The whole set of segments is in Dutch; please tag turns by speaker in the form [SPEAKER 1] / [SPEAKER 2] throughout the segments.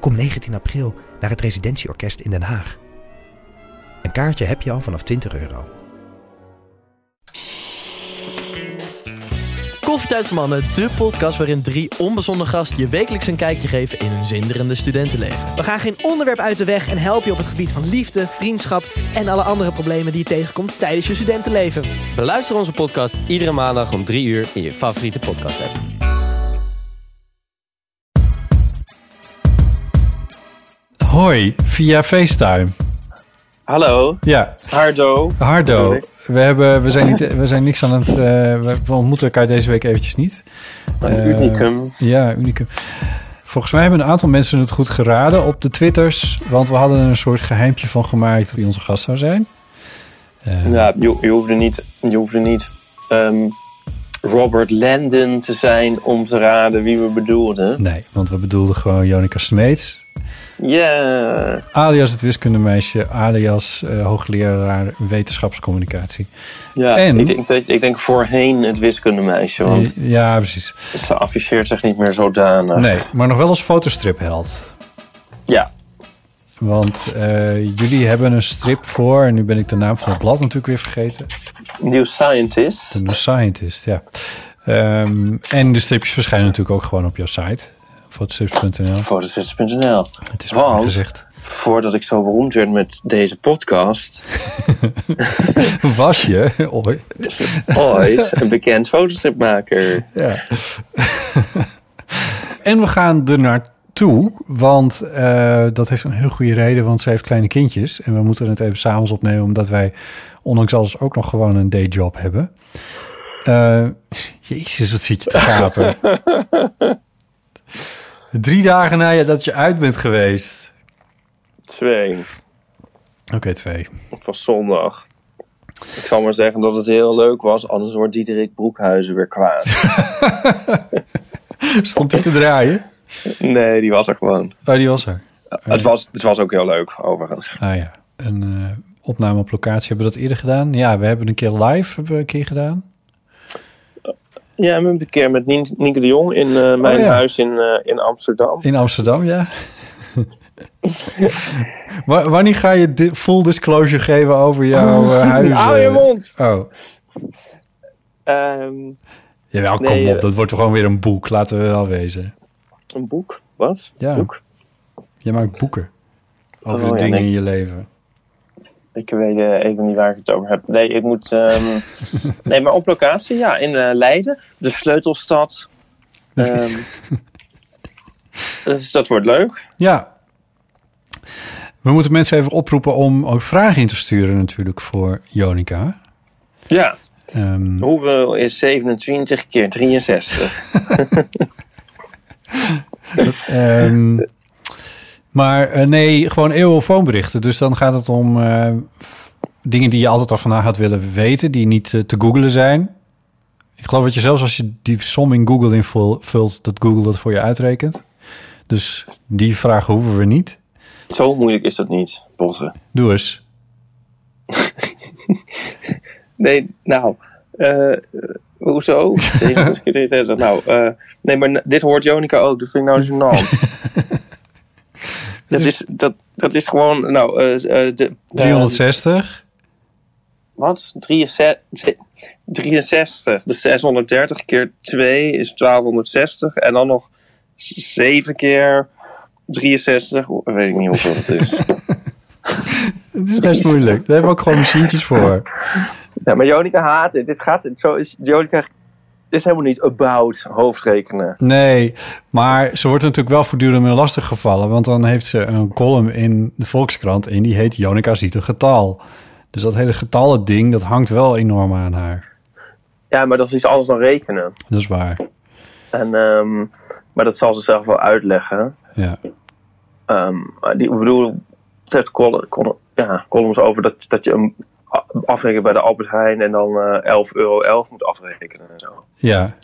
[SPEAKER 1] Kom 19 april naar het Residentieorkest in Den Haag. Een kaartje heb je al vanaf 20 euro.
[SPEAKER 2] Koffietijd voor Mannen, de podcast waarin drie onbezonnen gasten je wekelijks een kijkje geven in hun zinderende studentenleven.
[SPEAKER 3] We gaan geen onderwerp uit de weg en helpen je op het gebied van liefde, vriendschap en alle andere problemen die je tegenkomt tijdens je studentenleven.
[SPEAKER 4] Beluister onze podcast iedere maandag om 3 uur in je favoriete podcast app.
[SPEAKER 5] Hoi, via FaceTime.
[SPEAKER 6] Hallo,
[SPEAKER 5] Ja,
[SPEAKER 6] Hardo.
[SPEAKER 5] Hardo.
[SPEAKER 6] Hoi.
[SPEAKER 5] We, hebben, we, zijn niet, we zijn niks aan het... eh, we- we ontmoeten elkaar deze week eventjes niet.
[SPEAKER 6] Een
[SPEAKER 5] Eh,
[SPEAKER 6] unicum.
[SPEAKER 5] Ja, unicum. Volgens mij hebben een aantal mensen het goed geraden op de Twitters. Want we hadden er een soort geheimpje van gemaakt wie onze gast zou zijn. Eh,
[SPEAKER 6] Ja, je, je hoefde niet, je hoefde niet ehm, Robert Landon te zijn om te raden wie we bedoelden.
[SPEAKER 5] Nee, want we bedoelden gewoon Jonica Smeets.
[SPEAKER 6] Ja,
[SPEAKER 5] Alias het wiskundemeisje. Alias eh, hoogleraar wetenschapscommunicatie.
[SPEAKER 6] ja.
[SPEAKER 5] En?
[SPEAKER 6] Ik, denk, dat- ik denk voorheen het wiskundemeisje, want
[SPEAKER 5] Ja, precies.
[SPEAKER 6] ze afficheert zich niet meer zodanig.
[SPEAKER 5] Nee, maar nog wel als fotostripheld.
[SPEAKER 6] Ja,
[SPEAKER 5] Want eh, jullie hebben een strip voor, en nu ben ik de naam van het blad natuurlijk weer vergeten.
[SPEAKER 6] New Scientist.
[SPEAKER 5] De Scientist, ja. Ehm, en de stripjes verschijnen natuurlijk ook gewoon op jouw site, fotostrips.nl.
[SPEAKER 6] Fotostrips.nl.
[SPEAKER 5] Het is
[SPEAKER 6] Wow.
[SPEAKER 5] mooi gezegd.
[SPEAKER 6] Voordat ik zo beroemd werd met deze podcast,
[SPEAKER 5] Was je ooit?
[SPEAKER 6] ooit een bekend fotostripmaker.
[SPEAKER 5] Ja. en we gaan er naartoe, want eh, dat heeft een hele goede reden, want ze heeft kleine kindjes. En we moeten het even s'avonds opnemen, omdat wij ondanks alles ook nog gewoon een dayjob hebben. Eh, jezus, wat zit je te gapen. Drie dagen na je dat je uit bent geweest.
[SPEAKER 6] Twee.
[SPEAKER 5] Oké, twee.
[SPEAKER 6] Het was zondag. Ik zal maar zeggen dat het heel leuk was, anders wordt Diederik Broekhuizen weer kwaad.
[SPEAKER 5] Stond hij te draaien?
[SPEAKER 6] nee, die was er gewoon.
[SPEAKER 5] Oh, die was er.
[SPEAKER 6] Het, was, het was ook heel leuk, overigens.
[SPEAKER 5] Ah ja, een eh, opname op locatie. Hebben we dat eerder gedaan? Ja, we hebben een keer live hebben we een keer gedaan.
[SPEAKER 6] Ja, we hebben een keer met Nien- Nienke de Jong in eh, mijn
[SPEAKER 5] ja.
[SPEAKER 6] huis in, eh, in Amsterdam.
[SPEAKER 5] In Amsterdam, ja. Wa- Wanneer ga je di- full disclosure geven over jouw eh, huis?
[SPEAKER 6] Ah, Hou je
[SPEAKER 5] eh?
[SPEAKER 6] mond!
[SPEAKER 5] Oh,
[SPEAKER 6] Ehm,
[SPEAKER 5] jawel, kom
[SPEAKER 6] Nee,
[SPEAKER 5] op.
[SPEAKER 6] eh.
[SPEAKER 5] Dat wordt gewoon weer een boek, laten we wel wezen.
[SPEAKER 6] een boek? Wat?
[SPEAKER 5] Ja.
[SPEAKER 6] Boek?
[SPEAKER 5] Jij maakt boeken over de
[SPEAKER 6] Oh, ja,
[SPEAKER 5] dingen
[SPEAKER 6] nee.
[SPEAKER 5] in je leven.
[SPEAKER 6] Ik weet eh, even niet waar ik het over heb. Nee, ik moet... ehm, nee, maar op locatie, ja. In eh, Leiden, de sleutelstad. Ehm, dus dat wordt leuk.
[SPEAKER 5] Ja. We moeten mensen even oproepen om ook vragen in te sturen natuurlijk voor Jonica.
[SPEAKER 6] Ja.
[SPEAKER 5] Ehm,
[SPEAKER 6] Hoeveel is 27 keer 63?
[SPEAKER 5] Ehm, maar eh, nee, gewoon eeuwenfoonberichten. Dus dan gaat het om eh, f- dingen die je altijd al vandaag had willen weten, die niet eh, te googlen zijn. Ik geloof dat je zelfs als je die som in Google invult, dat Google dat voor je uitrekent. Dus die vragen hoeven we niet.
[SPEAKER 6] Zo moeilijk is dat niet, Bosse.
[SPEAKER 5] Doe eens.
[SPEAKER 6] Nee, nou, eh, eh, hoezo? 27 keer 63. Nou, eh, nee, maar n- dit hoort Jonica ook. Dat vind ik nou gênant. dat, is, dat, dat is gewoon, nou, eh, eh, de, eh,
[SPEAKER 5] 360.
[SPEAKER 6] wat? 63, 63. Dus 630 keer 2 is 1260. En dan nog 7 keer 63. Weet ik niet hoeveel dat is.
[SPEAKER 5] Het is best moeilijk. Daar hebben we ook gewoon machientjes voor.
[SPEAKER 6] Ja, maar Jonica haat dit. Dit gaat, zo is, Jonica is helemaal niet about hoofdrekenen.
[SPEAKER 5] Nee, maar ze wordt natuurlijk wel voortdurend mee lastig gevallen. Want dan heeft ze een column in de Volkskrant en die heet Jonica ziet een getal. Dus dat hele getallen ding, dat hangt wel enorm aan haar.
[SPEAKER 6] Ja, maar dat is iets anders dan rekenen.
[SPEAKER 5] Dat is waar.
[SPEAKER 6] En, ehm, maar dat zal ze zelf wel uitleggen.
[SPEAKER 5] Ja.
[SPEAKER 6] Ehm, maar die, ik bedoel, zet col- col- ja, columns over dat, dat je hem a- afrekent bij de Albert Heijn en dan eh 11 euro 11 moet afrekenen en zo.
[SPEAKER 5] Ja,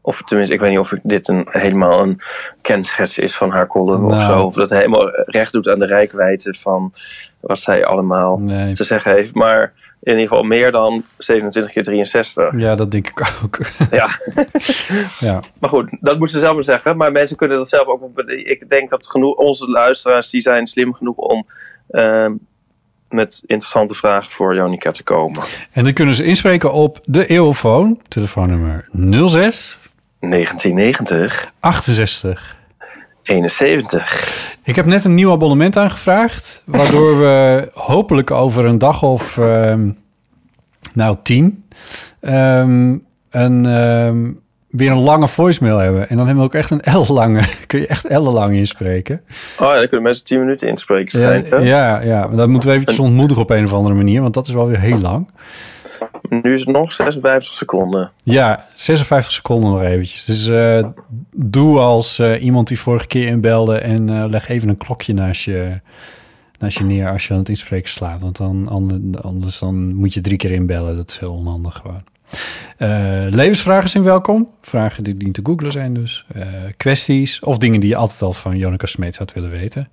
[SPEAKER 6] Of tenminste, ik weet niet of ik- dit een, helemaal een kenschets is van haar column of
[SPEAKER 5] Nou.
[SPEAKER 6] zo. Of dat helemaal recht doet aan de rijkwijde van wat zij allemaal
[SPEAKER 5] nee.
[SPEAKER 6] te zeggen heeft. Maar in ieder geval meer dan 27 keer 63.
[SPEAKER 5] Ja, dat denk ik ook.
[SPEAKER 6] Ja.
[SPEAKER 5] ja.
[SPEAKER 6] Maar goed, dat moeten ze zelf maar zeggen. Maar mensen kunnen dat zelf ook. Ik denk dat genoeg, onze luisteraars die zijn slim genoeg om ehm, met interessante vragen voor Jonica te komen.
[SPEAKER 5] En dan kunnen ze inspreken op de Eeuwfoon, telefoonnummer 06
[SPEAKER 6] 1990,
[SPEAKER 5] 68.
[SPEAKER 6] 71.
[SPEAKER 5] Ik heb net een nieuw abonnement aangevraagd, waardoor we hopelijk over een dag of ehm, nou tien ehm, een, ehm, weer een lange voicemail hebben. En dan hebben we ook echt een L-lange. Kun je echt L-lang inspreken.
[SPEAKER 6] Oh ja, daar kunnen mensen 10 minuten inspreken.
[SPEAKER 5] Ja,
[SPEAKER 6] schijnt, hè?
[SPEAKER 5] ja, ja, maar dat moeten we eventjes ontmoedigen op een of andere manier, want dat is wel weer heel lang.
[SPEAKER 6] Nu is het nog 56 seconden.
[SPEAKER 5] Ja, 56 seconden nog eventjes. Dus eh, doe als eh, iemand die vorige keer inbelde en eh, leg even een klokje naast je, naast je neer als je aan het inspreken slaat. Want dan, ander- anders dan moet je drie keer inbellen. Dat is heel onhandig gewoon. Eh, levensvragen zijn welkom. Vragen die niet te googlen zijn dus. Eh, kwesties of dingen die je altijd al van Jonica Smeets had willen weten.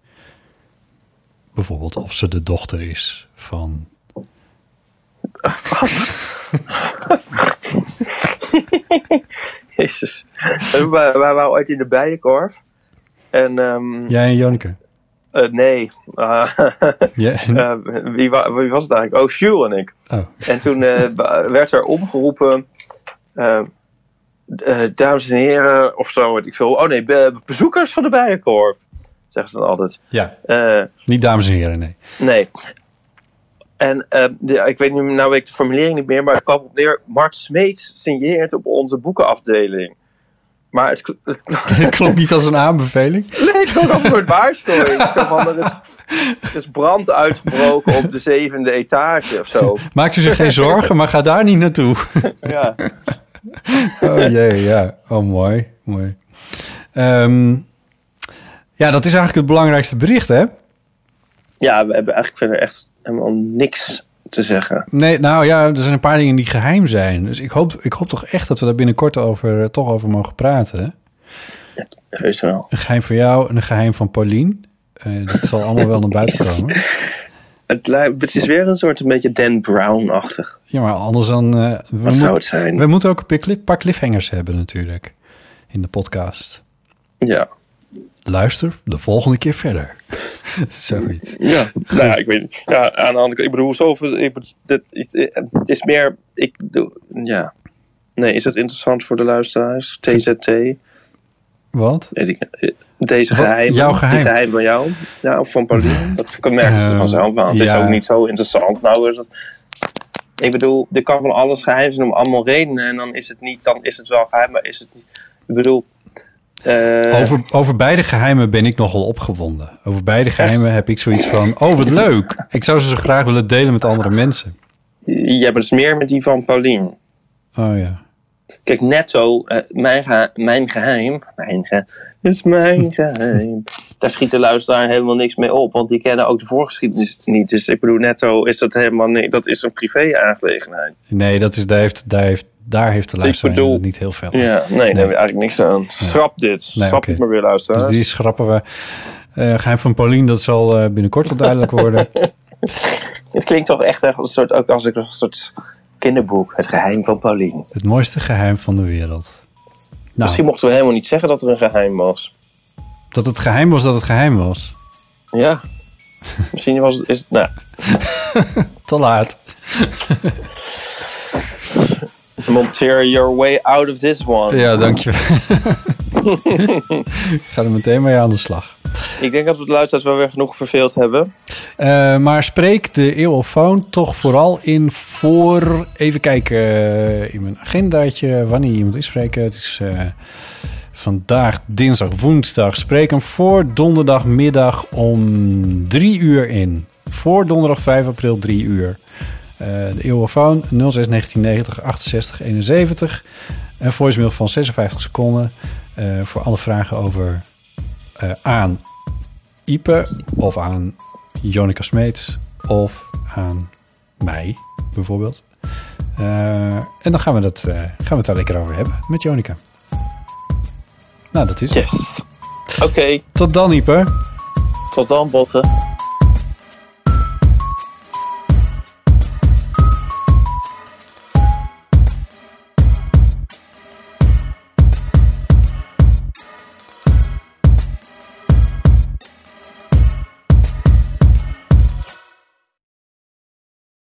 [SPEAKER 5] Bijvoorbeeld of ze de dochter is van...
[SPEAKER 6] Jezus. we, wa- we waren ooit in de bijenkorf. En ehm,
[SPEAKER 5] Jij en Jonica.
[SPEAKER 6] eh, nee, Ah,
[SPEAKER 5] Ja,
[SPEAKER 6] eh, wie, wa- wie was het eigenlijk? Oh, Jules en ik.
[SPEAKER 5] oh,
[SPEAKER 6] En toen eh, ba- werd er omgeroepen, eh, eh, dames en heren, of zo, weet ik veel. Oh nee, be- bezoekers van de Bijenkorf, zeggen ze dan altijd.
[SPEAKER 5] ja,
[SPEAKER 6] Eh,
[SPEAKER 5] niet dames en heren, nee.
[SPEAKER 6] nee. En eh, de- ik weet nu, nou weet ik de formulering niet meer, maar het kwam op neer, Mart Smeets signeert op onze boekenafdeling. Maar het, kl- het, kl-
[SPEAKER 5] Het klonk niet als een aanbeveling.
[SPEAKER 6] Nee, het is ook een soort waarschuwing. Zo van, er, is, er is brand uitgebroken op de zevende etage of zo.
[SPEAKER 5] Maakt u zich geen zorgen, maar ga daar niet naartoe.
[SPEAKER 6] Ja.
[SPEAKER 5] Oh jee, ja. Oh, mooi. mooi. Ehm, ja, dat is eigenlijk het belangrijkste bericht, hè?
[SPEAKER 6] Ja, we hebben eigenlijk verder echt helemaal niks te zeggen.
[SPEAKER 5] Nee, nou ja, er zijn een paar dingen die geheim zijn. Dus ik hoop, ik hoop toch echt dat we daar binnenkort over, eh, toch over mogen praten.
[SPEAKER 6] Heus wel.
[SPEAKER 5] Een geheim van jou en een geheim van Paulien. Eh, dat zal allemaal wel naar buiten komen.
[SPEAKER 6] Het, lijkt, het is weer een soort een beetje Dan Brown-achtig.
[SPEAKER 5] Ja, maar anders dan... eh, we,
[SPEAKER 6] Wat zou
[SPEAKER 5] moeten-
[SPEAKER 6] het zijn?
[SPEAKER 5] we moeten ook een paar cliff- paar cliffhangers hebben natuurlijk. In de podcast.
[SPEAKER 6] Ja.
[SPEAKER 5] Luister de volgende keer verder. Zoiets.
[SPEAKER 6] ja. Nou ja, ik weet niet. Ja, aan de andere kant. Ik bedoel, zoveel... Ik bedoel, dit, het, het is meer... Ik doe... Ja. Nee, is dat interessant voor de luisteraars? TZT? Weet
[SPEAKER 5] Wat?
[SPEAKER 6] ik, eh, deze
[SPEAKER 5] Wat?
[SPEAKER 6] geheim.
[SPEAKER 5] Jouw geheim?
[SPEAKER 6] geheim van jou. Ja, of van Paulien. Dat merken ze
[SPEAKER 5] Ehm,
[SPEAKER 6] vanzelf aan. Het
[SPEAKER 5] ja.
[SPEAKER 6] is ook niet zo interessant. Nou is het... Ik bedoel, er kan van alles geheim zijn om allemaal redenen. En dan is het niet... Dan is het wel geheim, maar is het niet... Ik bedoel... eh,
[SPEAKER 5] Over, over beide geheimen ben ik nogal opgewonden. Over beide geheimen heb ik zoiets van: oh, wat leuk. Ik zou ze zo graag willen delen met andere
[SPEAKER 6] Ah.
[SPEAKER 5] mensen.
[SPEAKER 6] Je hebt dus meer met die van Paulien.
[SPEAKER 5] Oh ja.
[SPEAKER 6] Kijk, net zo, eh, mijn, ge- mijn geheim, mijn ge- is mijn geheim. Daar schiet de luisteraar helemaal niks mee op, want die kennen ook de voorgeschiedenis niet. Dus ik bedoel, net zo is dat helemaal niet, dat is een privé-aangelegenheid.
[SPEAKER 5] Nee, dat is, daar, heeft, daar, heeft, daar heeft de luisteraar
[SPEAKER 6] bedoel-
[SPEAKER 5] inderdaad niet heel veel. aan.
[SPEAKER 6] Ja, nee, daar heb je eigenlijk niks aan. Schrap dit,
[SPEAKER 5] Nee,
[SPEAKER 6] schrap
[SPEAKER 5] oké.
[SPEAKER 6] dit maar weer,
[SPEAKER 5] Dus
[SPEAKER 6] luisteraar.
[SPEAKER 5] die schrappen we. Eh, geheim van Paulien, dat zal eh, binnenkort wel duidelijk worden.
[SPEAKER 6] Het klinkt toch echt als een soort, ook als een soort kinderboek, Het Geheim van Paulien.
[SPEAKER 5] Het mooiste geheim van de wereld. Nou,
[SPEAKER 6] Misschien mochten we helemaal niet zeggen dat er een geheim was.
[SPEAKER 5] dat het geheim was dat het geheim was.
[SPEAKER 6] Ja, misschien was het, is het, nou,
[SPEAKER 5] Te laat.
[SPEAKER 6] monteer your way out of this one.
[SPEAKER 5] Ja, dankjewel. ik ga er meteen mee aan de slag.
[SPEAKER 6] Ik denk dat we de luisteraars wel weer genoeg verveeld hebben.
[SPEAKER 5] Eh, maar spreek de eeuwofoon toch vooral in voor... Even kijken eh, in mijn agendaatje wanneer je moet inspreken. Het is eh, vandaag dinsdag, woensdag. Spreek hem voor donderdagmiddag om drie uur in. Voor donderdag 5 april drie uur. Eh, de eeuwofoon 06 1990 68 71. Een voicemail van 56 seconden. eh, voor alle vragen over eh, aan Ipe of aan Jonica Smeets of aan mij, bijvoorbeeld. Eh, en dan gaan we, dat, eh, gaan we het daar lekker over hebben met Jonica. Nou, dat is het.
[SPEAKER 6] Yes. Oké,
[SPEAKER 5] Tot dan, Ieper.
[SPEAKER 6] tot dan, botten.